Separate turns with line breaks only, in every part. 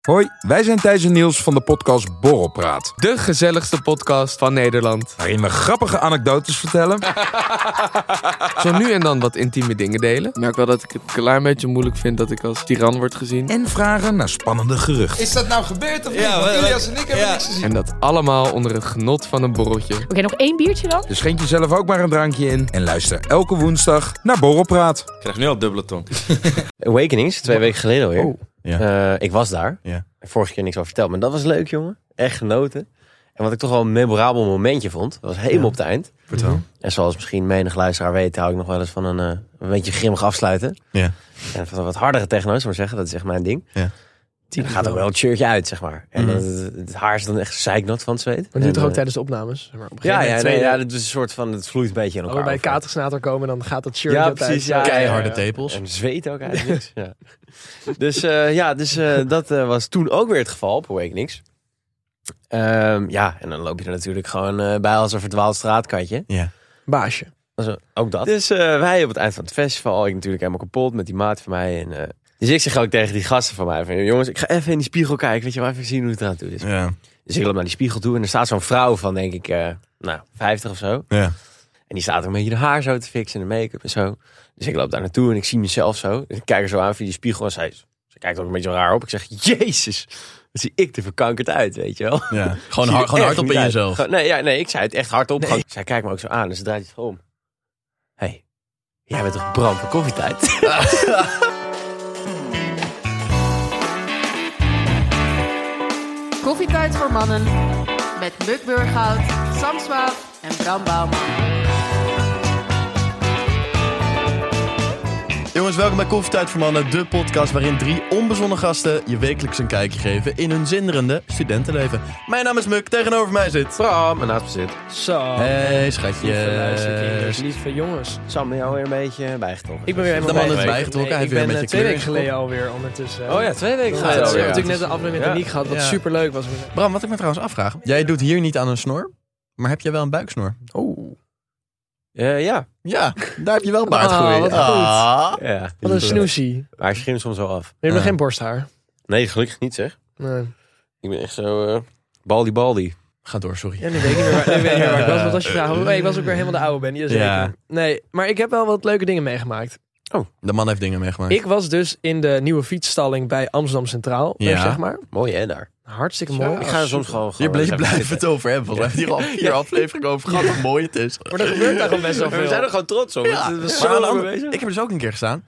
Hoi, wij zijn Thijs en Niels van de podcast Borrelpraat.
De gezelligste podcast van Nederland.
Waarin we grappige anekdotes vertellen.
Zo nu en dan wat intieme dingen delen. Ik merk wel dat ik het een klein beetje moeilijk vind dat ik als tiran word gezien.
en vragen naar spannende geruchten.
Is dat nou gebeurd of niet?
Ja,
Want
wat-
Ilias en ik hebben
ja.
niks gezien.
En dat allemaal onder het genot van een borreltje.
Oké, nog één biertje dan?
Dus schenk jezelf ook maar een drankje in. En luister elke woensdag naar Borrelpraat.
Ik krijg nu al dubbele tong.
Awakenings, twee weken geleden alweer.
Oh, Ja.
Eh, ik was daar.
Ja.
Vorige keer niks over verteld, maar dat was leuk, jongen. Echt genoten. En wat ik toch wel een memorabel momentje vond, dat was helemaal op het eind. Mhm.
Vertel.
En zoals misschien menig luisteraar weet, hou ik nog wel eens van een, eh, een beetje grimmig afsluiten.
Ja.
En van een wat hardere techno's, maar zeggen, dat is echt mijn ding.
Ja. Mhm.
Dan gaat ook wel het shirtje uit, zeg maar. En dat- het, het haar is dan echt zeiknat van het zweet.
Maar nu
En,
toch ook
eh,
tijdens de opnames? Zeg maar, op een
Ja,
gegeven
ja,
moment
nee,
tweede-
ja, dat is een soort van, het vloeit een beetje in
Als
elkaar.
we bij
over.
katersnater komen, dan gaat dat shirt
Ja,
altijd-
precies, ja.
Keiharde
Ja,
tepels.
En zweet ook eigenlijk. niks, Ja. Dus eh, ja, dus, eh, dat eh, was toen ook weer het geval op Awakenings. Ehm ja, en dan loop je er natuurlijk gewoon eh, bij als een verdwaald straatkatje.
Baasje.
Dat is, eh, ook dat. Dus eh, wij op het eind van het festival, ik natuurlijk helemaal kapot met die maat van mij. En, eh, dus ik zeg ook tegen die gasten van mij, van, jongens, ik ga even in die spiegel kijken, weet je wel, even zien hoe het eraan toe is.
Ja.
Dus ik loop naar die spiegel toe en er staat zo'n vrouw van, denk ik, eh, nou, 50 of zo.
Ja.
En die staat ook een beetje de haar zo te fixen en de make-up en zo. Dus ik loop daar naartoe en ik zie mezelf zo. Dus ik kijk er zo aan via die spiegel en zij, ze kijkt ook een beetje raar op. Ik zeg, jezus, wat zie ik er verkankerd uit, weet je wel.
ja. Gewoon,
Zie
hard, gewoon
er echt
hardop
niet
in
uit.
jezelf.
Gewoon- nee, ja, nee, ik zei het echt hardop. Gewoon- Zij kijkt me ook zo aan en ze draait het gewoon om. Hé, hey, jij bent toch Bram van Koffietijd?
Koffietijd voor mannen met Muk Burghout, Sam Swaap en Bram Bouwman.
Jongens, welkom bij Koffietijd voor Mannen, de podcast waarin drie onbezonnen gasten je wekelijks een kijkje geven in hun zinderende studentenleven. Mijn naam is Muk, tegenover mij zit.
Bram, en naast me zit.
Zo.
Hey
Oh,
eh,
Lieve luisterkinders,
schatje.
lieve jongens.
Sam, ben je alweer een beetje bijgetrokken?
Ik ben weer helemaal
De man is
bij-
bijgetrokken, hij
ik
heeft weer een
ben eh,
beetje
twee weken
kleur.
geleden alweer ondertussen.
Oh ja, twee weken
Ja,
geleden.
we
alweer.
hebben natuurlijk net een aflevering met
Ja.
Aniek gehad, wat
Ja.
superleuk was.
Bram, wat ik me trouwens afvraag. Jij doet hier niet aan een snor, maar heb jij wel een buiksnor?
Oh.
Eh, ja.
Ja, daar heb je wel baardgroei.
Ah, wat goed.
Ah.
ja.
Wat een snoesie.
Maar hij schrimt soms wel af.
We hebben nog
Ah.
geen borsthaar.
Nee, gelukkig niet zeg.
Nee.
Ik ben echt zo eh baldi baldi.
Ga door, sorry.
Ja, nu weet ik niet meer waar, nu weet ik niet meer waar ik was. Want als je vraagt, hoe- ik was ook weer helemaal de oude ben. Jazeker.
Eh, Ja.
Nee, maar ik heb wel wat leuke dingen meegemaakt.
De man heeft dingen meegemaakt.
Ik was dus in de nieuwe fietsstalling bij Amsterdam Centraal, eh,
Ja.
zeg maar.
Mooi hè daar.
Hartstikke mooi.
ik ga er soms gewoon...
Hier
Oh,
gewoon
bleef,
even
blijven
zitten.
het over hebben. want We hebben hier al vier afleveringen over gehad hoe mooi het is.
Maar dat gebeurt daar gewoon best wel
We
veel.
zijn er gewoon trots op.
Ja,
Het
maar
is
aan
zo
de
lang
andere-
bezig.
ik heb dus ook een keer gestaan.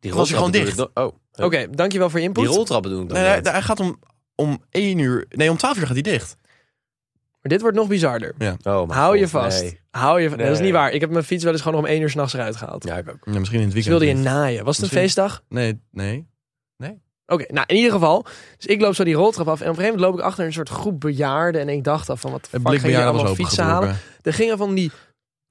Die
was ik gewoon
roltrappen
dicht.
doe ik nog- Oh,
Oké, dankjewel voor je input.
die roltrappen doen ik dan
Nee, hij,
net.
hij gaat om, om 1 uur. Nee, om 12 uur gaat hij dicht.
Maar dit wordt nog bizarder.
Oh, mijn
Hou je
god,
vast.
nee.
Hou je vast. Dat is
Nee.
niet waar. Ik heb mijn fiets wel eens gewoon om één uur s'nachts eruit gehaald.
Ja, ik ook.
Ja, misschien in het
Ze
weekend.
wilden je naaien. Was het een
Misschien-
feestdag?
Nee, nee.
Oké, nou in ieder geval. Dus ik loop zo die roltrap af. En op een gegeven moment loop ik achter een soort groep bejaarden. En ik dacht af van, wat de
Het
fuck gaan
blik bij
jullie
jou was
allemaal
open
fietsen halen? Er gingen van die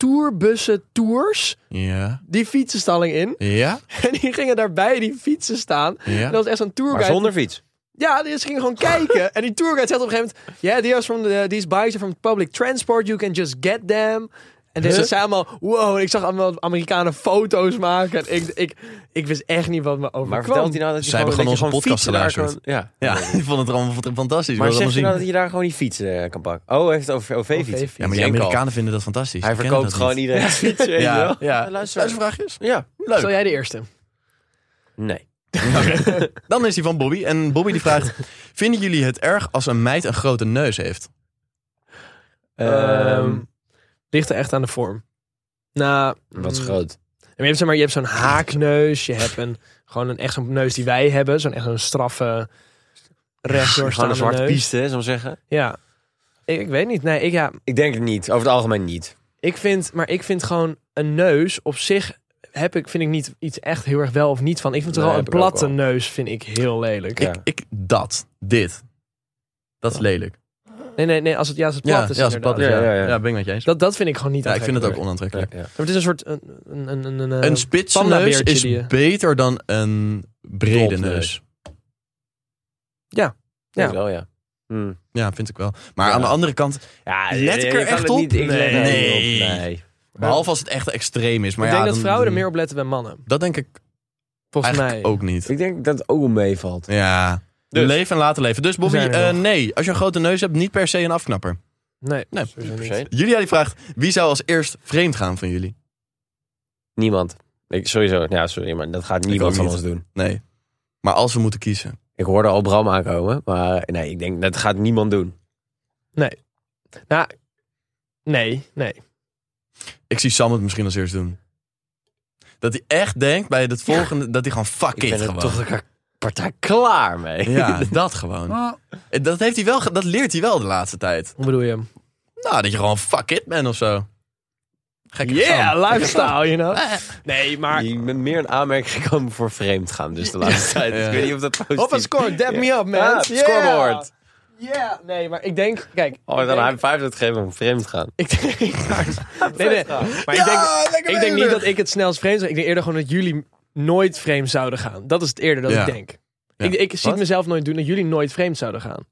tourbussen tours
Ja.
die fietsenstalling in.
Ja?
En die gingen daarbij die fietsen staan. En
Ja?
dat was echt zo'n
Maar
tourguide
zonder fiets.
Ja, die- ze gingen gewoon kijken. En die tourguide zegt op een gegeven moment... Yeah, these, are from the, these bikes are from public transport. You can just get them. En dus ze zeiden allemaal... Wow, en ik zag allemaal Amerikanen foto's maken. En ik, ik, ik wist echt niet wat me
Maar
overkwam.
vertelt hij nou dat je
Zij
gewoon...
hebben
dat je
gewoon onze
gewoon
podcast
fietsen daar
geluisterd.
gewoon- Ja.
Ja, ik vond het er allemaal vond- fantastisch.
Maar
Ik wilde
zeg je
allemaal
nou dat
zien.
je daar gewoon die fiets eh, kan pakken? Oh, hij heeft het over OV-fiets.
Ja, maar die Amerikanen vinden dat fantastisch.
Hij
Die kennen
verkoopt
dat
gewoon
niet.
iedereen fiets, weet je
Ja,
wel?
ja.
Luister.
Luistervraagjes?
Ja.
Leuk.
Stel jij de eerste.
Nee.
Dan is die van Bobby. En Bobby die vraagt... Vinden jullie het erg als een meid een grote neus heeft?
Ehm, ligt er echt aan de vorm. Nou...
Wat is
mm,
groot.
Je hebt, zeg maar, je hebt zo'n haakneus. Je hebt een, gewoon een, echt zo'n neus die wij hebben. Zo'n echt zo'n straffe...
Gewoon
Rechtdoorstaande
een zwarte
neus.
piste, hè, zou ik zeggen.
Ja. Ik, ik weet niet. Nee, ik, ja,
Ik denk het niet. Over het algemeen niet.
Ik vind, maar ik vind gewoon een neus op zich heb ik, vind ik niet iets echt heel erg wel of niet van. Ik vind
Nee,
vooral een
heb ik ook
platte
wel.
neus vind ik heel lelijk.
Ja.
Ik, ik, dat. Dit. Dat is lelijk.
Nee, nee, nee. Als het ja, als het plat
Ja,
is.
ja, als het plat is,
inderdaad.
ja.
Ja, ja, ja.
Ja, ben ik met je eens.
Dat, dat vind ik gewoon niet.
Ja, ik vind het ook
aantrekkelijk.
Ja,
onaantrekkelijk.
ja.
Maar het is een soort een een een een, eh,
Een spitse neus
pandabeertje
is
die je-
beter dan een brede
Topneus.
neus.
Ja.
Denk wel, ja. Hm.
Ja, vind ik wel. Maar
Ja.
aan de andere kant,
Ja,
Let ik
je
er
kan
echt
het
op?
Niet, ik let er
Nee.
niet op. Nee.
behalve als het echt extreem is. Maar
ik
ja,
denk dat
dan-
vrouwen er meer op letten dan mannen.
Dat denk ik
Volgens
eigenlijk
mij.
ook niet.
Ik denk dat het ook wel meevalt.
Ja,
Dus.
Leven en laten leven. Dus Bobby,
We zijn er
eh, nee. Als je een grote neus hebt, niet per se een afknapper.
Nee.
Nee.
sowieso
Per
niet.
se.
Julia die vraagt, wie zou als eerst vreemd gaan van jullie?
Niemand. Ik, sowieso, ja, sorry, maar dat gaat niemand
ook
van
niet.
ons doen.
Nee. Maar als we moeten kiezen.
Ik hoorde al Bram aankomen, maar nee, ik denk dat gaat niemand doen.
Nou, nee, nee.
Ik zie Sam het misschien als eerst doen. Dat hij echt denkt bij het volgende, dat hij gewoon fuck
ik
it
ben er
gewoon.
toch elkaar partij klaar mee.
Ja, dat gewoon. Eh,
Ah,
Dat, heeft hij wel, ge- dat leert hij wel de laatste tijd.
Hoe bedoel je hem?
Nou, dat je gewoon fuck it bent of zo. Gekke
Yeah,
Sam.
lifestyle, you know. Oh. Eh. Nee, maar...
Je bent meer een aanmerking gekomen voor vreemd gaan, dus de laatste tijd.
Ja.
Ik weet niet of dat positief
Hoppa, score. Dab me up, man.
Ah,
Yeah.
Scoreboard.
Yeah. Nee, maar ik denk... Kijk.
Oh,
ik
dan
denk-
high five dat geven om vreemd gaan.
Ik denk... nee, nee. Maar ik denk...
Ja, lekker
Ik denk niet
bezig.
dat ik het snelst vreemd zou. Ik denk eerder gewoon dat jullie nooit vreemd zouden gaan. Dat is het eerder dat
Ja.
ik denk.
Ja.
Ik, ik zie het
Wat?
mezelf nooit doen dat jullie nooit vreemd zouden gaan.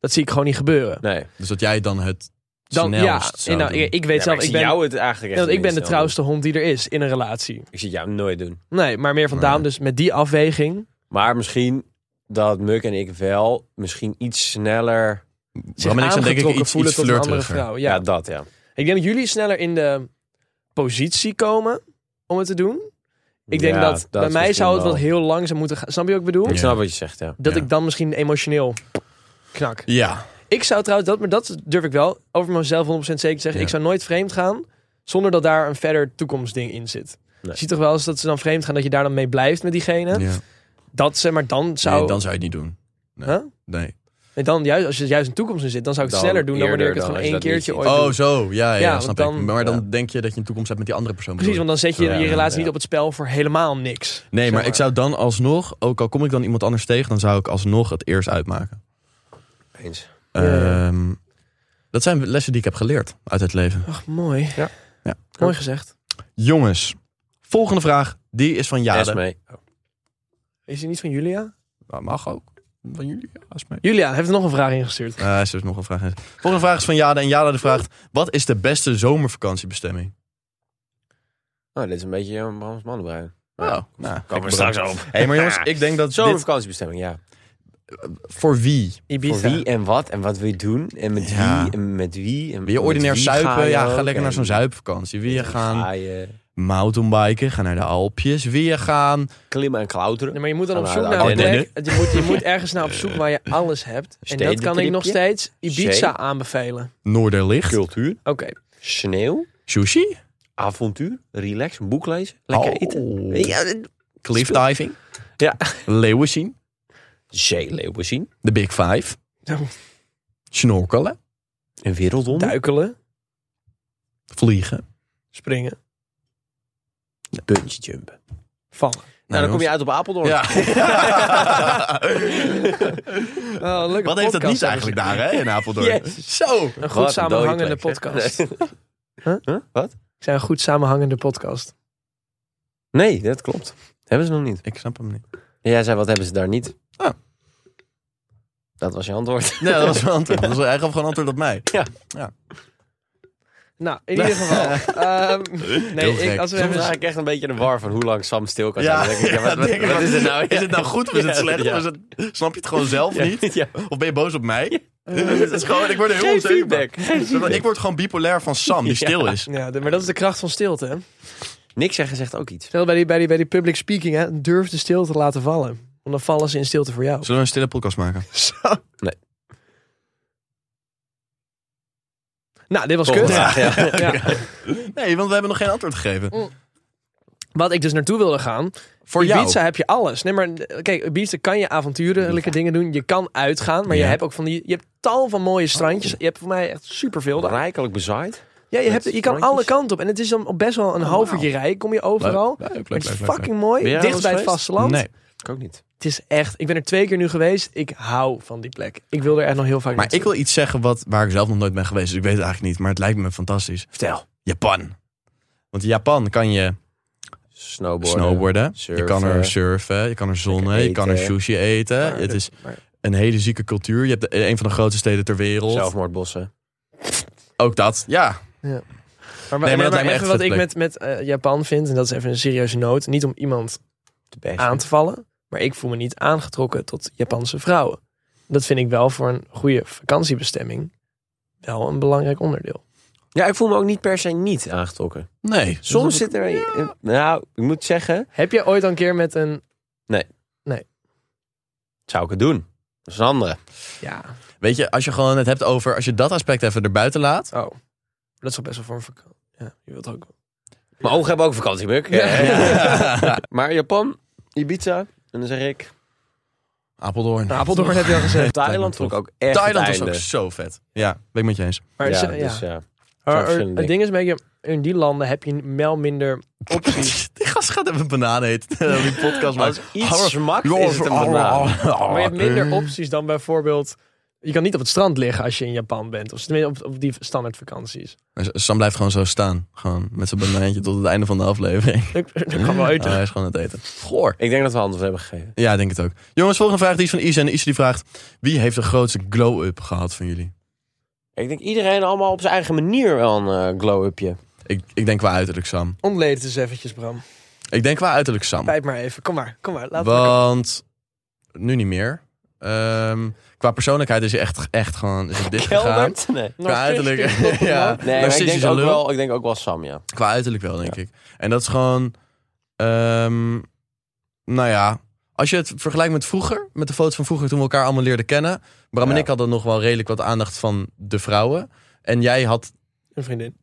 Dat zie ik gewoon niet gebeuren.
Nee.
Dus dat jij dan het
Dan, ja,
snelst
en
zou
nou,
doen.
ik, ik weet zelf, ik, ben,
jou het eigenlijk
dat ik ben de trouwste hond die er is in een relatie.
Ik zie jou nooit doen.
Nee, maar meer vandaan.
Nee.
Dus met die afweging
Maar misschien dat Muk en ik wel misschien iets sneller...
zich
en Dus ik zijn denk ik
aangetrokken
iets-
voelen
iets
tot een andere
flirteriger.
vrouw.
Ja,
Ja.
dat ja.
Ik denk dat jullie sneller in de positie komen om het te doen. Ik denk
Ja,
dat, bij mij
misschien
zou het
wel.
wat heel langzaam moeten gaan. Snap je wat ik bedoel?
Ik snap wat je zegt, ja.
Dat
Ja.
ik dan misschien emotioneel knak.
Ja,
Ik zou trouwens, dat, maar dat durf ik wel over mezelf 100% zeker te zeggen.
Ja.
Ik zou nooit vreemd gaan zonder dat daar een verder toekomstding in zit.
Nee.
Je ziet toch wel eens dat ze dan vreemd gaan, dat je daar dan mee blijft met diegene.
ja.
Dat ze, maar dan zou.
Nee, dan
dan,
zou je het niet doen. Nee.
Huh? Oh,
nee.
nee, dan juist, als je juist een toekomst in zit, dan zou ik het
Dan
sneller doen dan wanneer ik
eerder
het gewoon
dan
één
als je dat
keertje
niet
ooit.
Oh,
doe.
zo. Ja, ja,
Ja,
snap
want
ik.
dan-
Maar dan
ja.
denk je dat je een toekomst hebt met die andere persoon.
Precies,
bedoel
want dan zet je
Ja,
je relatie
ja.
niet op het spel voor helemaal niks.
ik. Nee, maar
zeg
ik zou dan alsnog, ook al kom ik dan iemand anders tegen, dan zou ik alsnog het eerst uitmaken.
Eens.
Ja.
Ehm, dat zijn lessen die ik heb geleerd uit het leven.
Ach, mooi.
Ja.
Ja.
Mooi gezegd.
Jongens, volgende vraag. Die is van
Ja,
Jade.
Esmee.
Is die niet van Julia?
Nou, Mag ook. Van jullie, Esme.
Julia heeft er nog een vraag ingestuurd.
Eh, ze heeft nog een vraag. Volgende vraag is van Jade. En Jade vraagt, wat is de beste zomervakantiebestemming?
Oh, dit is een beetje eh, Brams mannenbruin.
Oh, nou,
Komen we straks op.
Hey, maar jongens, ik denk dat
Zo'n
dit
vakantiebestemming, ja.
voor wie?
Ibiza.
Voor wie en wat en wat wil je doen en met
Ja.
wie en met wie. En
Wil je
met
ordinair
wie
zuipen?
ga je
ja, ga
ook
lekker naar
en
zo'n zuipvakantie. Wil je
met wie
gaan
Ga je
mountainbiken? Ga naar de Alpjes. Wil je gaan...
klimmen en klauteren?
Nee, maar je moet dan op
Ah,
zoek
nou,
naar
oh,
een
nee,
plek. Je moet, je moet ergens naar op zoek waar je alles hebt. En dat kan ik nog
Stedentripje.
steeds Ibiza
Zee.
aanbevelen.
Noorderlicht.
Cultuur,
Oké.
sneeuw,
Sushi.
avontuur, relax, een boek lezen, lekker
Oh.
eten. Ja, eh,
Cliffdiving.
Ja.
Leeuwen zien.
zeeleeuwen zien,
De Big Five.
Oh.
Snorkelen.
een wereldwonder,
Duikelen,
Vliegen.
Nou,
springen,
bungee jumpen.
vallen.
Nou, dan kom je
jongens.
uit op Apeldoorn.
Ja.
Oh, leuke
Wat heeft dat
podcast
niet eigenlijk daar, hè, in Apeldoorn? Zo.
Een
Wat
goed
een dode
samenhangende
plek, hè?
podcast.
Nee.
Huh?
Huh? Wat?
Ik zei een goed samenhangende podcast.
Nee, dat klopt. Hebben ze nog niet.
Ik snap hem niet.
Jij zei, wat hebben ze daar niet?
Ah.
Dat was je antwoord.
Nee, dat was mijn antwoord. Dat was, hij gaf gewoon antwoord op mij.
Nou, in ieder geval. ehm, nee,
Heel gek.
ik, als we
Soms
hebben...
raak ik echt een beetje in de war van hoe lang Sam stil kan
dus- Ja,
zijn. Dan denk ik, ja, wat,
ja,
wat-
denk ik,
wat
wat-
is het nou?
Is het nou goed of is het
Ja,
slecht?
ja.
Of is het, snap je het gewoon zelf niet?
Ja.
Of ben je boos op mij? Het is gewoon, ik word er heel onzeker van. Zodat- Ik word gewoon bipolair van Sam, die stil is.
Ja, de- maar dat is de kracht van stilte. Hè?
Niks zeggen zegt ook iets.
Stel bij die, bij, die, bij die public speaking, hè, durf de stilte te laten vallen. Want dan vallen ze in stilte voor jou.
Zullen we een stille podcast maken?
Zo.
Nee.
Nou, dit was
Volgende
kut.
vraag, ja.
Ja.
Nee, want we hebben nog geen antwoord gegeven.
Wat ik dus naartoe wilde gaan.
Voor
Ibiza
jou.
heb je alles. Nee, maar eh, kijk, Ibiza kan je avontuurlijke dingen doen. Je kan uitgaan, maar
Ja.
je hebt ook van die. Je hebt tal van mooie strandjes. Je hebt voor mij echt superveel daar.
Rijkelijk bezaaid.
Ja, je,
Met
hebt, je kan
strandjes.
alle kanten op. En het is dan best wel een half uurtje rijden. Kom je overal.
Oh, Leuk, leuk,
Maar het is
leuk, leuk,
fucking
Ben
mooi.
jij
Dicht
al
bij het
eens
vasteland.
Nee.
Ik ook niet.
Het is echt. Ik ben er twee keer nu geweest. Ik hou van die plek. Ik wil er echt nog heel vaak
Maar ik
naartoe.
wil iets zeggen wat, waar ik zelf nog nooit ben geweest. Dus ik weet het eigenlijk niet. Maar het lijkt me fantastisch.
Vertel.
Japan. Want in Japan kan je
Snowboarden.
snowboarden. Je kan er
surfen.
surfen. Je kan er zonnen.
Lekker
Je kan er
eten.
sushi eten. Ah,
Maar
Eh, het
dat-
is
maar-
een hele zieke cultuur. Je hebt de- een van de grootste steden ter wereld.
Zelfmoordbossen.
Ook dat. Ja.
Maar,
Nee, maar
nee, maar,
dat lijkt me
even
echt
wat
een
ik
vette
met, met eh, Japan vind, en dat is even een serieuze noot. Niet om iemand
De beste.
aan te vallen, maar ik voel me niet aangetrokken tot Japanse vrouwen. dat vind ik wel voor een goede vakantiebestemming wel een belangrijk onderdeel.
Ja, ik voel me ook niet per se niet aangetrokken.
Nee.
Soms zit er... Nou, ik moet zeggen,
Heb jij ooit al een keer met een...
zou ik het doen. Dat is een andere.
Ja,
Weet je, als je gewoon het hebt over, als je dat aspect even erbuiten laat.
oh. Dat is wel best wel voor een vakantie. Ja, je wilt ook...
Maar ogen hebben ook vakantie, Muk.
Ja.
Maar Japan, Ibiza, en dan zeg ik...
Apeldoorn.
Nou, Apeldoorn heb je al gezegd.
Thailand vond ik ook echt
Thailand
het
was
einde.
ook zo vet. Ja, ben ik met je eens.
Maar
ja,
ze- ja.
dus ja.
Maar er-
verschillende
het ding is een beetje, in die landen heb je wel minder opties.
Die gast gaat even bananen eten. terwijl die podcast
Als
maakt. oh,
iets smakt, Oh, is het een banaan.
Maar je hebt minder opties dan bijvoorbeeld... Je kan niet op het strand liggen als je in Japan bent. Of tenminste op, op die standaard vakanties.
Maar Dus Sam blijft gewoon zo staan. Gewoon met zijn banaantje tot het einde van de aflevering.
Dat kan wel uit.
Oh, hij is gewoon aan het eten. Goor.
Ik denk dat we antwoord hebben gegeven.
Ja, ik denk het ook. Jongens, volgende vraag die is van Isa. En Isa die vraagt, wie heeft de grootste glow-up gehad van jullie?
Ik denk iedereen allemaal op zijn eigen manier wel een eh, glow-upje.
Ik, ik denk qua uiterlijk Sam.
Ontleed het eens eventjes, Bram.
Ik denk qua uiterlijk Sam.
Pijp maar even. Kom maar, kom maar. Laat maar komen.
Want nu niet meer. Ehm, qua persoonlijkheid is hij echt, echt gewoon is hij dicht gegaan.
Kelbert? Nee.
Qua uiterlijk.
Narcistisch,
ja,
Nee, maar ik, denk
narcistische
ook
lul.
wel, ik denk ook wel Sam, ja.
Qua uiterlijk wel, denk ik. En dat is gewoon... ehm, nou ja, als je het vergelijkt met vroeger, met de foto's van vroeger toen we elkaar allemaal leerden kennen. Bram en
Ja.
ik hadden nog wel redelijk wat aandacht van de vrouwen. En jij had,
Een vriendin.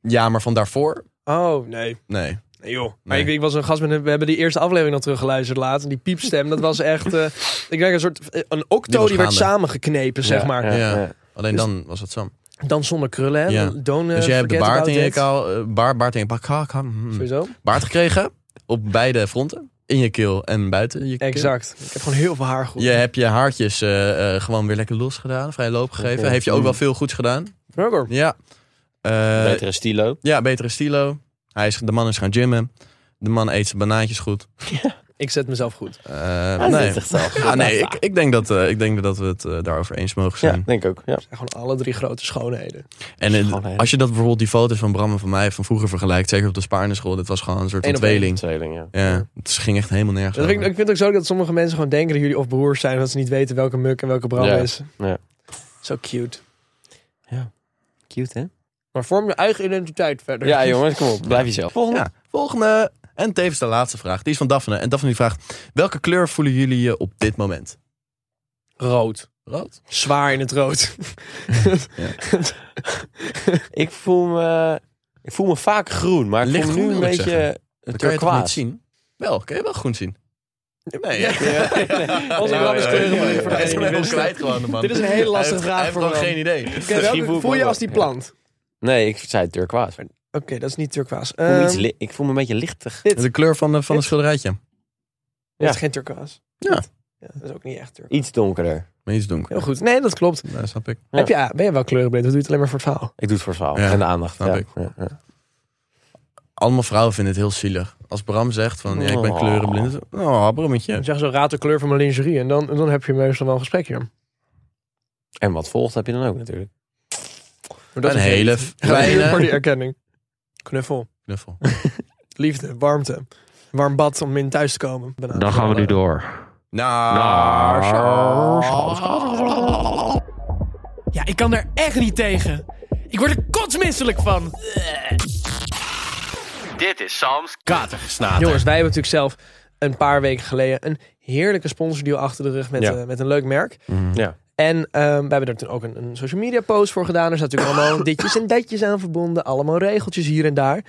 ja, maar van daarvoor?
Oh, nee.
Nee.
Nee, joh. Maar
Nee.
ik, ik was een gast met een- We hebben die eerste aflevering nog teruggeluisterd laatst. En die piepstem, dat was echt... eh, ik denk een soort... eh, Een
Die
octo die,
was
werd
gaande.
samengeknepen, zeg
Ja,
maar.
ja,
Ja.
ja.
Alleen
Dus-
dan was het Sam.
Dan zonder krullen, hè.
Ja.
Don't, eh,
Dus jij hebt de
forget
baard in
about
je
it.
kaal, eh, baard, baard in je bak, ha, ha, hmm.
Sowieso.
baard gekregen op beide fronten. In je keel en buiten je keel.
Exact. Ik heb gewoon heel veel haar goed.
Je hebt je haartjes eh, eh, gewoon weer lekker los gedaan, vrij loop
Oh,
gegeven. Heeft je ook wel veel goeds gedaan.
Burger.
Ja. Eh,
Betere stilo.
Ja, betere stilo. Hij is, de man is gaan gymmen. De man eet zijn banaantjes goed.
Ik zet mezelf goed.
Eh, nee,
zichzelf.
ja, nee ik, ik, denk dat, eh, ik denk dat we het eh, daarover eens mogen
Ja,
zijn.
denk ik ook. Ja.
Gewoon alle drie grote schoonheden.
En eh,
Schoonheid.
als je dat bijvoorbeeld die foto's van Bram en van mij van vroeger vergelijkt, zeker op de Spaarneschool, dit was gewoon een soort van
Eén op één.
tweeling.
Tweeling, ja.
Ja, het ging echt helemaal nergens.
Dat vind ik,
over.
ik vind het ook zo dat sommige mensen gewoon denken dat jullie of broers zijn. Dat ze niet weten welke muk en welke bram
Ja,
is.
ja.
Zo cute.
Cute, hè?
Maar vorm je eigen identiteit verder.
Ja, jongens, kom op. Blijf jezelf. Volgende.
Ja, volgende. En tevens de laatste vraag. Die is van Daphne. En Daphne die vraagt: welke kleur voelen jullie je op dit moment?
Rood.
Rood.
Zwaar in het rood.
Ik, voel me, ik voel me vaak groen, maar ik voel me
Lichtgroen,
nu een
wil ik
beetje
Dat kan je toch niet
turquoise.
zien? Wel, kan je wel groen zien. Nee,
Onze Bram is kleurenblind voor
Hij is
degene die
helemaal
wist.
kwijt gewoon, de man.
Dit is een hele lastige
Hij heeft-
vraag
Hij heeft
voor
gewoon
hem.
geen idee.
Oké, welke-
voel ik
voel
me
je
wel.
als die plant? Oké,
Nee, ik zei turquoise. Ik
dat is niet turquoise.
voel, me
Ehm,
iets li- ik voel me een beetje lichtig.
De kleur van, de, van het
het
schilderijtje.
Dat is
Ja.
geen turquoise.
Ja.
Ja, Dat is ook niet echt turquoise.
Iets donkerder.
Maar iets donker.
Heel goed. Nee, dat klopt.
Ja, snap ik.
Ja.
Heb je, ah, ben je wel kleurenblind? Dat doe je het alleen maar voor het verhaal.
Ik doe het voor verhaal
Ja,
en de aandacht.
snap
Ja,
ik.
ja, ja.
Allemaal vrouwen vinden het heel zielig. Als Bram zegt van, ja, ik ben
Oh.
kleurenblind. Oh, Brammetje.
Dan zeggen ze, raad de kleur van mijn lingerie. En dan, en dan heb je meestal wel een gesprek hier.
En wat volgt heb je dan ook natuurlijk.
Maar
Een
is
hele
het.
kleine-
Voor die erkenning. Knuffel,
Knuffel.
liefde, warmte. Warm bad om in thuis te komen. Banaan.
door.
Nou,
Ja, ik kan er echt niet tegen. Ik word er kotsmisselijk van.
Dit is Sam's
Jongens, wij hebben natuurlijk zelf een paar weken geleden... een heerlijke sponsordeal achter de rug met,
Ja.
eh, met een leuk merk.
Ja.
En ehm, we hebben er toen ook een, een social media post voor gedaan. Er zaten natuurlijk allemaal ditjes en datjes aan verbonden. Allemaal regeltjes hier en daar.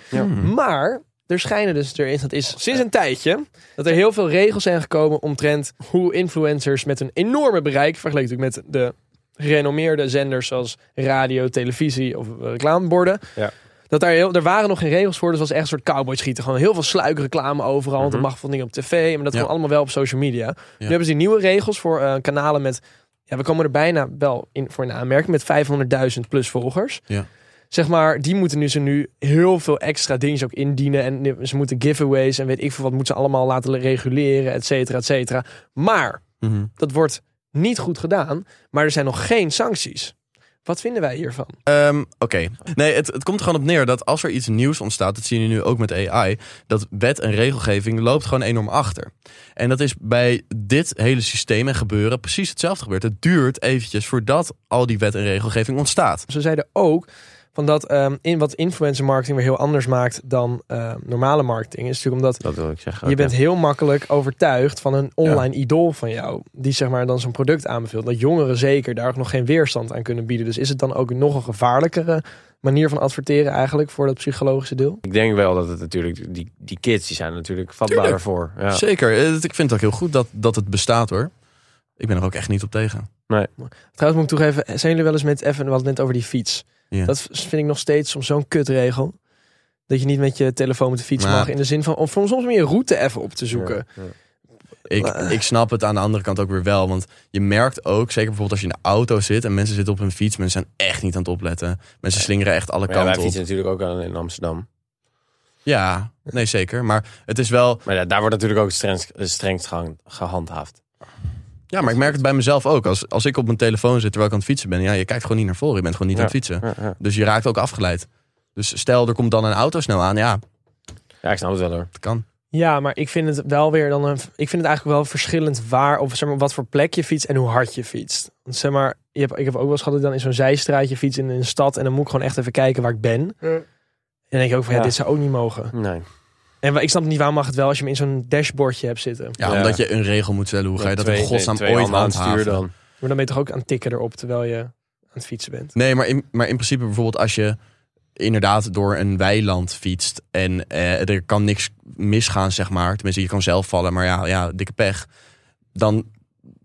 Maar er schijnen dus, er is, dat is sinds een tijdje, dat er heel veel regels zijn gekomen omtrent hoe influencers met een enorme bereik, vergeleken natuurlijk met de gerenommeerde zenders zoals radio, televisie of eh, reclameborden.
Ja.
Dat daar, heel, er waren nog geen regels voor, dus het was echt een soort cowboy schieten. Gewoon heel veel sluikreclame overal, want dat mag van dingen op tv, maar dat
Ja.
gewoon allemaal wel op social media. Nu hebben ze die nieuwe regels voor eh, kanalen met, ja, we komen er bijna wel in, voor in aanmerking met 500.000 plus volgers zeg maar, die moeten nu ze nu heel veel extra dingen ook indienen. En ze moeten giveaways en weet ik veel wat moeten ze allemaal laten reguleren, et cetera, et cetera.
Mhm.
Maar dat wordt niet goed gedaan, maar er zijn nog geen sancties. Wat vinden wij hiervan?
Ehm, Oké. Nee, het, het komt er gewoon op neer dat als er iets nieuws ontstaat, dat zie je nu ook met AI, dat wet en regelgeving loopt gewoon enorm achter. En dat is bij dit hele systeem en gebeuren precies hetzelfde gebeurd. Het duurt eventjes voordat al die wet en regelgeving ontstaat.
Ze zeiden ook van dat ehm, in wat influencer marketing weer heel anders maakt dan eh, normale marketing. Is natuurlijk omdat
Dat wil ik zeggen.
je bent heel makkelijk overtuigd van een online idool van jou. Die zeg maar dan zo'n product aanbeveelt. Dat jongeren zeker daar ook nog geen weerstand aan kunnen bieden. Dus is het dan ook nog een gevaarlijkere manier van adverteren eigenlijk voor dat psychologische deel?
Ik denk wel dat het natuurlijk, die, die kids die zijn natuurlijk vatbaar
Tuurlijk.
daarvoor. Ja.
Zeker. Eh, Ik vind het ook heel goed dat, dat het bestaat hoor. Ik ben er ook echt niet op tegen.
Trouwens moet ik toegeven, zijn jullie wel eens met even, we hadden het net over die fiets.
Ja.
Dat vind ik nog steeds soms zo'n kutregel. Dat je niet met je telefoon met de fiets
Nou.
mag. In de zin van, of om soms meer route even op te zoeken.
Ik, ik snap het aan de andere kant ook weer wel. Want je merkt ook, zeker bijvoorbeeld als je in de auto zit en mensen zitten op hun fiets, mensen zijn echt niet aan het opletten. Mensen slingeren echt alle
Maar ja, wij
kanten op.
fietsen natuurlijk ook aan in Amsterdam.
Ja, nee zeker. Maar het is wel.
Maar ja, daar wordt natuurlijk ook strengst, strengst gehand- gehandhaafd.
Ja, maar ik merk het bij mezelf ook. Als, als ik op mijn telefoon zit terwijl ik aan het fietsen ben, ja, je kijkt gewoon niet naar voren. Je bent gewoon niet
Ja.
aan het fietsen.
Ja, ja.
Dus je raakt ook afgeleid. Dus stel, er komt dan een auto snel aan. Ja,
Ja, ik snap het wel hoor.
dat kan.
Ja, maar ik vind het wel weer dan een. Ik vind het eigenlijk wel verschillend waar of zeg maar, op wat voor plek je fietst en hoe hard je fietst. Want zeg maar, je hebt, ik heb ook wel eens gehad dat ik dan in zo'n zijstraatje fiets in een stad en dan moet ik gewoon echt even kijken waar ik ben. En dan denk je ook van ja,
Ja.
dit zou ook niet mogen.
Nee.
En wa- ik snap niet waarom mag het wel als je hem in zo'n dashboardje hebt zitten.
Ja,
Ja.
omdat je een regel moet stellen. Hoe ga je dat in godsnaam ooit handhaven?
dan.
Maar dan ben je toch ook aan het tikken erop terwijl je aan het fietsen bent.
Nee, maar in, maar in principe bijvoorbeeld als je inderdaad door een weiland fietst en eh, er kan niks misgaan, zeg maar. Tenminste, je kan zelf vallen, maar ja, ja dikke pech. Dan,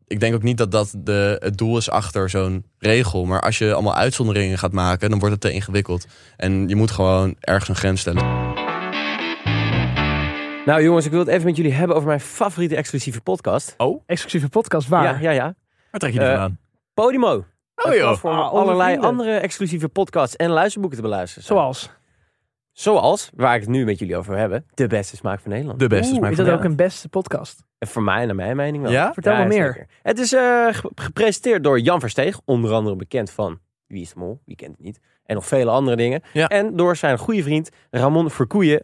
ik denk ook niet dat dat de, het doel is achter zo'n regel. Maar als je allemaal uitzonderingen gaat maken, dan wordt het te ingewikkeld. En je moet gewoon ergens een grens stellen.
Nou jongens, ik wil het even met jullie hebben over mijn favoriete exclusieve podcast.
Oh.
Exclusieve podcast waar?
Ja, ja, ja.
Waar trek je
die vandaan? Podimo.
Oh joh.
Voor
Ah, onze
allerlei
vrienden.
andere exclusieve podcasts en luisterboeken te beluisteren. zijn.
Zoals.
Zoals, waar ik het nu met jullie over wil hebben, De Beste Smaak van Nederland.
De beste
Oeh,
smaak
is
van
dat ook
Nederland.
een beste podcast?
En Voor mij, naar mijn mening wel.
Ja?
Vertel me meer.
zeker. Het is eh, ge- gepresenteerd door Jan Versteeg, onder andere bekend van Wie is de Mol, wie kent het niet, en nog vele andere dingen.
Ja.
En door zijn goede vriend Ramon Verkoeien,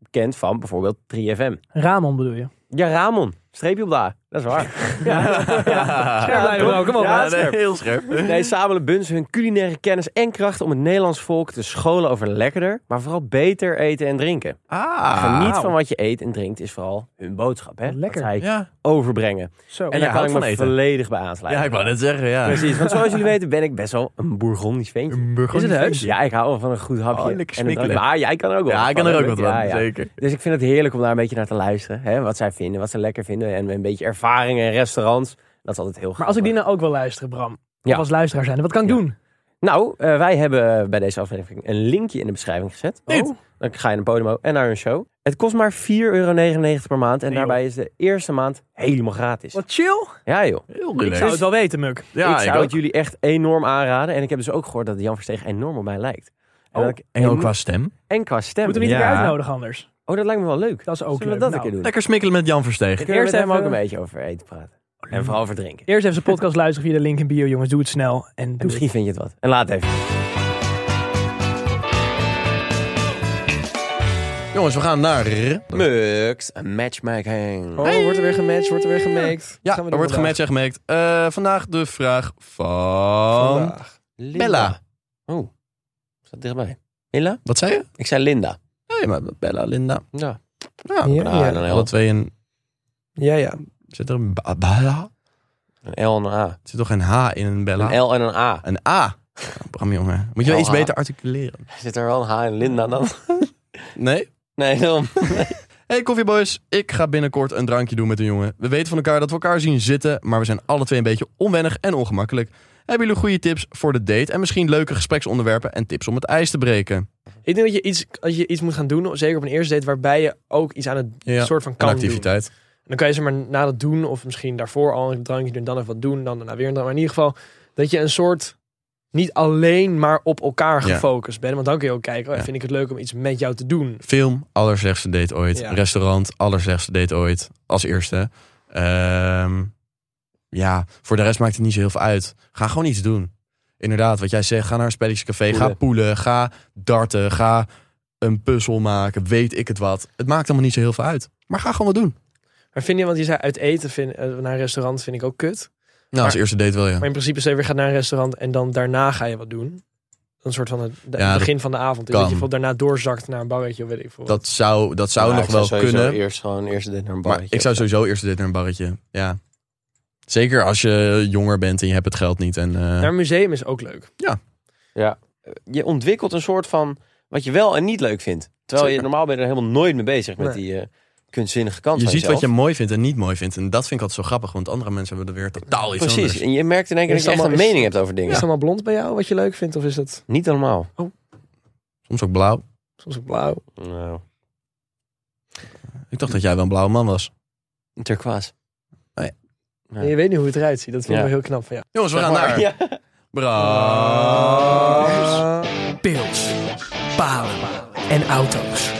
bekend van bijvoorbeeld 3FM.
Ramon bedoel je?
Ja, Ramon, streepje op de A, dat is waar. ja. Ja.
blijven, kom op.
Ja,
Ja,
scherp.
heel scherp.
Nee, samen bunzen hun culinaire kennis en krachten om het Nederlands volk te scholen over lekkerder, maar vooral beter eten en drinken.
Ah.
Geniet van wat je eet en drinkt is vooral hun boodschap, hè?
Wat lekker.
Dat zij
Ja,
overbrengen.
Zo.
En
jij
daar kan
Oh, houdt
ik
van
me
eten.
volledig bij aansluiten.
ja, ik wou net zeggen, ja.
Precies, want zoals jullie weten ben ik best wel een Bourgondisch ventje.
Is het heus?
Ja, ik hou wel van een goed hapje.
Oh, lekker
en een drankje.
smikkelen.
Maar jij kan er ook wel
Ja,
wat
ik kan
van,
er ook
hè?
wat
Ja,
van,
ja.
zeker.
Dus ik vind het heerlijk om daar een beetje naar te luisteren. Hè? Wat zij vinden, wat ze lekker vinden. En een beetje ervaringen in restaurants. Dat is altijd heel
Maar als ik die
grappig.
nou ook wil luisteren, Bram.
Ja.
Of als luisteraar zijn, wat kan ik
Ja.
doen?
Oh,
Nou, eh, wij hebben bij deze aflevering een linkje in de beschrijving gezet. Oh.
Niet.
Dan ga je naar Podimo en naar hun show. Het kost maar 4,99 euro per maand. En daarbij is de eerste maand helemaal gratis.
Wat chill.
Ja joh.
Heel
Ik zou het wel weten, Muk.
Ja,
ik zou
ook.
het jullie echt enorm aanraden. En ik heb dus ook gehoord dat Jan Versteeg enorm op mij lijkt. En, dat ik
En ook qua stem.
en qua stem.
Moeten we niet
Ja.
weer uitnodigen anders?
Oh, dat lijkt me wel leuk.
Dat is
Zullen
ook
we dat
leuk. Nou,
een keer doen?
Lekker smikkelen met Jan Versteeg.
Kunnen we
Eerst
met hem
even-
ook een beetje over eten praten. En vooral over drinken.
Eerst even zijn podcast luisteren via de link in bio, jongens. Doe het snel. En
En
doe
misschien vind je het wat. En laat even.
Jongens, we gaan naar...
Mux, een matchmaking.
Oh, wordt er weer gematcht, wordt er weer gemaakt.
Ja,
Gaan we
er
doen
wordt
vandaag.
gematcht en gemaakt. Eh, vandaag de vraag van
Vandaag.
Bella.
Oh, staat dichtbij. Linda?
Wat zei je?
Ik zei Linda.
Nee, maar Bella, Linda.
Ja.
Ja,
Ja,
Nou,
ja.
dan
alle
een L.
twee een...
Ja, ja.
Zit er een ba- Bella?
Een L en een A.
Zit toch een H in een Bella?
Een L en een A.
Een A. Oh, Bram, jongen. Moet je wel
Oh,
iets
H.
beter articuleren.
Zit er wel een H in Linda dan?
Nee?
Nee, dan.
Hey koffieboys, ik ga binnenkort een drankje doen met een jongen. We weten van elkaar dat we elkaar zien zitten, maar we zijn alle twee een beetje onwennig en ongemakkelijk. Hebben jullie goede tips voor de date en misschien leuke gespreksonderwerpen en tips om het ijs te breken?
Ik denk dat je iets, als je iets moet gaan doen, zeker op een eerste date, waarbij je ook iets aan het
Ja,
soort van
Een
kan doen.
activiteit.
En dan kan je ze maar na dat doen, of misschien daarvoor al een drankje doen, dan even wat doen, dan daarna weer een drankje. Maar in ieder geval dat je een soort niet alleen maar op elkaar
Ja.
gefocust bent. Want dan kun je ook kijken, oh,
Ja.
vind ik het leuk om iets met jou te doen.
Film, allerslechtste date ooit.
Ja.
Restaurant, allerslechtste date ooit. Als eerste. Ehm, ja, voor de rest maakt het niet zo heel veel uit. Ga gewoon iets doen. inderdaad, wat jij zegt, ga naar een spelletjescafé, ga
Poelen.
poelen, ga darten, ga een puzzel maken, weet ik het wat. Het maakt allemaal niet zo heel veel uit. Maar ga gewoon wat doen. Nou,
Maar vind je, want je zei uit eten vind, eh, naar een restaurant vind ik ook kut.
Nou, als
Maar-
eerste date wel, ja.
Maar in principe stel je weer gaat naar een restaurant en dan daarna ga je wat doen. Een soort van het de-
Ja, dat
begin van de avond. Is dat je
kan.
bijvoorbeeld daarna doorzakt naar een barretje of weet ik veel. wat.
Dat zou, dat zou
Ja,
nog
Nou, ik zou
wel
sowieso
kunnen.
Eerst gewoon eerst dit naar een
Maar
barretje.
ik zou
of zo.
sowieso eerst dit naar een barretje. Ja. Zeker als je jonger bent en je hebt het geld niet. En, eh,
Naar een museum is ook leuk.
Je ontwikkelt een soort van wat je wel en niet leuk vindt. Terwijl je
Zeker.
normaal ben je er helemaal nooit mee bezig met
Nee.
die eh, kunstzinnige kant
je
van
ziet wat je
jezelf.
mooi vindt en niet mooi vindt. En dat vind ik altijd zo grappig, want andere mensen hebben er weer totaal iets
Precies.
anders.
En je merkt in één keer
Is
dat je echt
allemaal-
een
is-
mening hebt over
Is
dingen.
het allemaal blond bij jou wat je leuk vindt? Of is dat
Niet normaal.
Soms ook blauw.
soms ook blauw?
Nou,
Ik dacht dat jij wel een blauwe man was.
een turquoise. Ja.
Nee, je weet niet hoe het eruit ziet. Dat vind ik
Ja.
wel heel knap van jou.
Jongens, we gaan naar.
Ja.
Bra-
Pils, palen en auto's.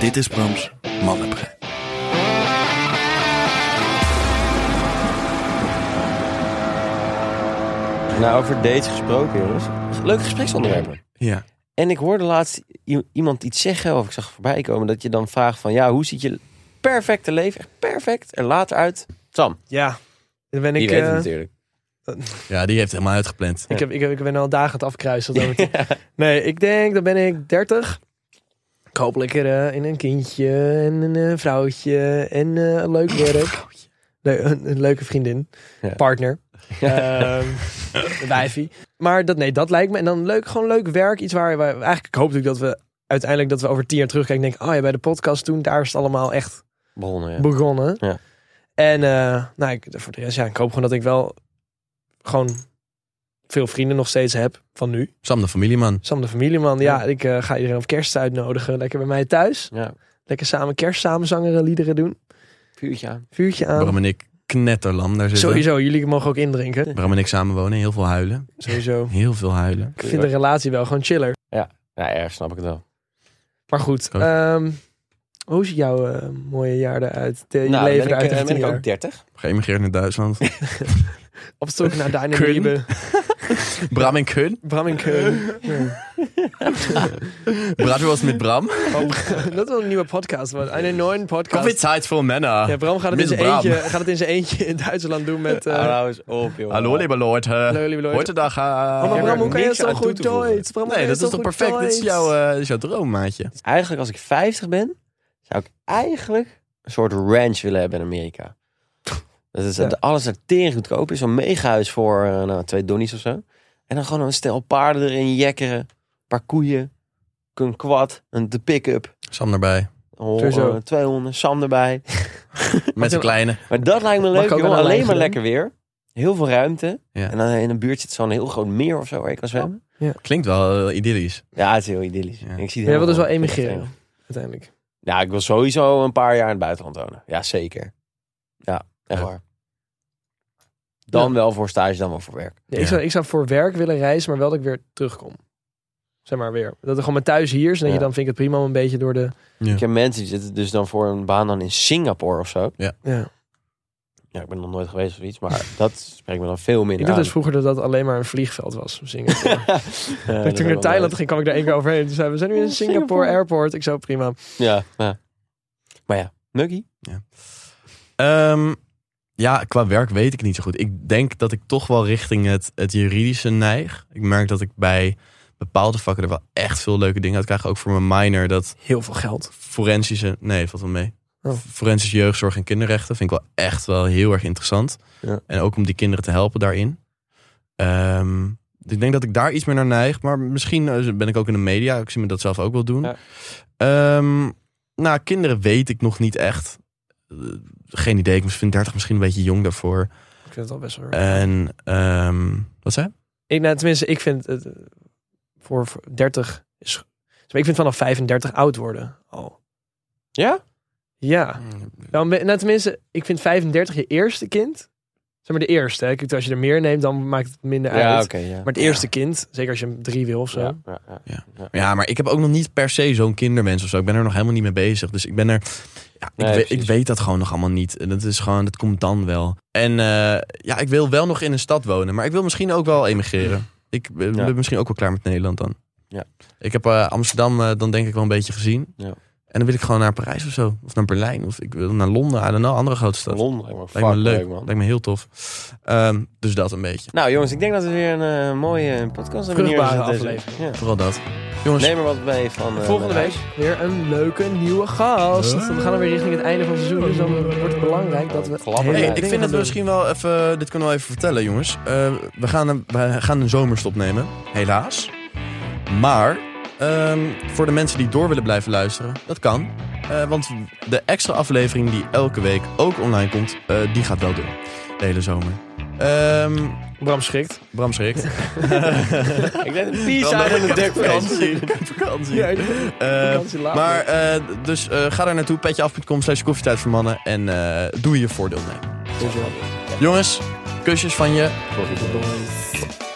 Dit is Brams Mannenbrein.
Nou, over dates gesproken, jongens. Leuke gespreksonderwerpen.
Ja.
En ik hoorde laatst i- iemand iets zeggen, of ik zag voorbij komen, dat je dan vraagt van, ja, hoe ziet je perfecte leven, echt perfect, er later uit? Sam,
Ja, dan ben
die
ik...
weet het
eh,
natuurlijk.
ja, die heeft helemaal uitgepland.
ik, heb, ik, heb, ik ben al dagen aan het afkruisen. tot over toe. Nee, ik denk, dan ben ik 30. Ik hoop lekker eh, in een kindje en een eh, vrouwtje en eh, een leuk werk. Le- een, een leuke vriendin,
Ja.
partner, Ehm een wijfie. Maar dat, nee, dat lijkt me. En dan leuk, gewoon leuk werk. Iets waar, waar eigenlijk hoop ik dat we uiteindelijk dat we over tien jaar terugkijken. en Denken, oh ja, bij de podcast toen, daar is het allemaal echt
Begonnen, ja.
begonnen.
Ja.
En eh, nou, ik, voor de rest, ja, ik hoop gewoon dat ik wel gewoon veel vrienden nog steeds heb van nu.
Sam de familieman.
Sam de familieman, ja, ik eh, ga iedereen op kerst uitnodigen. Lekker bij mij thuis.
Ja,
Lekker samen kerst samenzangeren, liederen doen.
vuurtje aan.
Vuurtje aan.
Bram en ik knetterlam daar zitten.
Sowieso, jullie mogen ook indrinken.
Bram en ik samen wonen. Heel veel huilen.
Sowieso.
Heel veel huilen.
Ik vind de relatie wel gewoon chiller.
Ja, erg snap ik het wel.
Maar goed,
Ook.
ehm, hoe ziet jouw eh, mooie jaar eruit? De, je
nou, dan
leven
ben ik,
eruit
eh, ben
over tien
ik
jaar?
ook 30.
Geëmigreerd naar Duitsland.
Op zoek naar Dine
Kun.
Liebe,
Bram en Kun.
Bram en Keun. Ja.
Bram was met Bram.
Dat is wel een nieuwe podcast. maar Een nieuwe podcast.
Koffiezeit voor mannen.
Ja, Bram gaat het, in
Miss
zijn
Bram.
eentje, gaat het in zijn eentje in Duitsland doen met... eh,
nou eens op, joh.
Hallo, lieve Leute.
Hallo, lieve Leute.
Heute dag.
Oh, maar
Ik heb
Bram,
er
hoe kan je
niks
zo
aan toe
goed
te voegen.
Duits? Bram, hoe kan
Nee,
je
dat
zo
is toch
goed
perfect? Dit is
Duits?
jouw, eh, dit is jouw droom, maatje.
Eigenlijk, als ik 50 ben, zou ik eigenlijk een soort ranch willen hebben in Amerika. Dat is dat alles er tering goedkoop is. Zo'n megahuis voor eh, nou, twee donnies of zo. En dan gewoon een stel paarden erin jekkeren. Een paar koeien. Een kwad. Een de pick-up.
Sam erbij.
hol-
Sowieso.
eh, Twee honden. Sam erbij.
Met zijn kleine.
Maar dat lijkt me
Mag
leuk,
ik ook
joh.
aan de lijn
Alleen maar
doen?
lekker weer. Heel veel ruimte.
Ja.
En dan in een buurt zit zo'n heel groot meer of zo waar je kan zwemmen.
Klinkt wel eh, idyllisch.
Ja, het is heel idyllisch.
Ja.
En Ik zie het
Jij wil dus wel
helemaal- ik vind het
emigreren,
eng.
uiteindelijk.
Nou, ik wil sowieso een paar jaar in het buitenland wonen. Ja, zeker. Ja, echt
Ja.
waar. Dan wel voor stage, dan wel voor werk.
Ja,
Ja.
Ik, zou, ik zou voor werk willen reizen, maar wel dat ik weer terugkom. Zeg maar weer. Dat er gewoon mijn thuis hier is. En dat je
Ja.
dan vind ik het prima om een beetje door de...
Ik heb mensen die zitten dus dan voor een baan dan in Singapore of zo.
Ja.
Ja, ik ben nog nooit geweest of iets, maar dat spreekt me dan veel
Ik
minder
dacht
aan.
dus vroeger dat dat alleen maar een vliegveld was. Singapore.
Ja, dat
toen ik
heb
naar
ik
Thailand
nog
ging, kwam ik daar één keer overheen. Toen zei we zijn nu in Singapore,
Singapore.
Airport. Ik zou prima.
nooit. Ja, ja. Maar ja, Nuggie?
Ehm, ja, qua werk weet ik niet zo goed. Ik denk dat ik toch wel richting het, het juridische neig. Ik merk dat ik bij bepaalde vakken er wel echt veel leuke dingen uit krijg. Ook voor mijn minor. Dat
Heel veel geld.
forensische... Nee, valt wel mee.
Oh.
Forensische jeugdzorg en kinderrechten vind ik wel echt wel heel erg interessant.
Ja.
En ook om die kinderen te helpen daarin. Ehm, dus ik denk dat ik daar iets meer naar neig. Maar misschien eh, ben ik ook in de media. Ik zie me dat zelf ook wel doen.
Ja.
Ehm, nou, kinderen weet ik nog niet echt. Eh, geen idee. Ik vind 30 misschien een beetje jong daarvoor.
Ik vind het al best wel...
En ehm, wat zei? je?
Ik, nou, tenminste, ik vind het eh, voor, voor 30 is. zeg maar, Ik vind vanaf 35 oud worden al.
Ja?
Ja. Dan, ben- nou, tenminste, ik vind 35 je eerste kind. Zeg maar de eerste. Hè. Kijk, als je er meer neemt, dan maakt het minder
ja,
uit.
oké, ja.
Maar het eerste kind, zeker als je hem drie wil of zo.
Ja, ja, ja.
Ja. Ja, maar ik heb ook nog niet per se zo'n kindermens of zo. Ik ben er nog helemaal niet mee bezig. Dus ik ben er. Ja,
Nee,
ik, weet, ik
precies.
weet dat gewoon nog allemaal niet. En Dat is gewoon, dat komt dan wel. En eh, ja, ik wil wel nog in een stad wonen, maar ik wil misschien ook wel emigreren. ik ben
Ja.
misschien ook wel klaar met Nederland dan.
Ja.
Ik heb eh, Amsterdam eh, dan denk ik wel een beetje gezien.
Ja.
En dan wil ik gewoon naar Parijs of zo. Of naar Berlijn. Of ik wil naar Londen. I don't know, andere grote stad.
Londen, lijkt me,
Lijkt me
fucking
leuk.
leuk, man.
Lijkt me heel tof. Ehm, dus dat een beetje.
Nou jongens, ik denk dat we weer een eh, mooie eh, podcast hebben
Vruchtbare
neergezet deze
aflevering.
week. Ja.
Vooral dat. Jongens,
Neem er wat mee van. eh,
Volgende
naar
week weer een leuke nieuwe gast. We gaan weer richting het einde van het seizoen. Dus dan wordt het belangrijk dat we...
Klappen.
hele
Hey,
Ja,
ik
dingen
vind dat we
gaan
misschien wel even. eh, Dit kunnen we wel even vertellen, jongens. Eh, we, gaan een, we gaan een zomerstop nemen, helaas. Maar ehm, voor de mensen die door willen blijven luisteren, dat kan. Eh, want de extra aflevering die elke week ook online komt, eh, die gaat wel door. De hele zomer. Ehm,
doen. Bram schrikt.
Bram schrikt.
huis. Ik denk een peace out in de
vakantie.
dekvakantie.
vakantie.
Ja,
Eh,
vakantie later.
maar eh, dus eh, ga daar naartoe, petjeaf.com slash koffietijd voor mannen. En eh, doe je voordeel mee. Jongens, kusjes van je.
Voor die boys.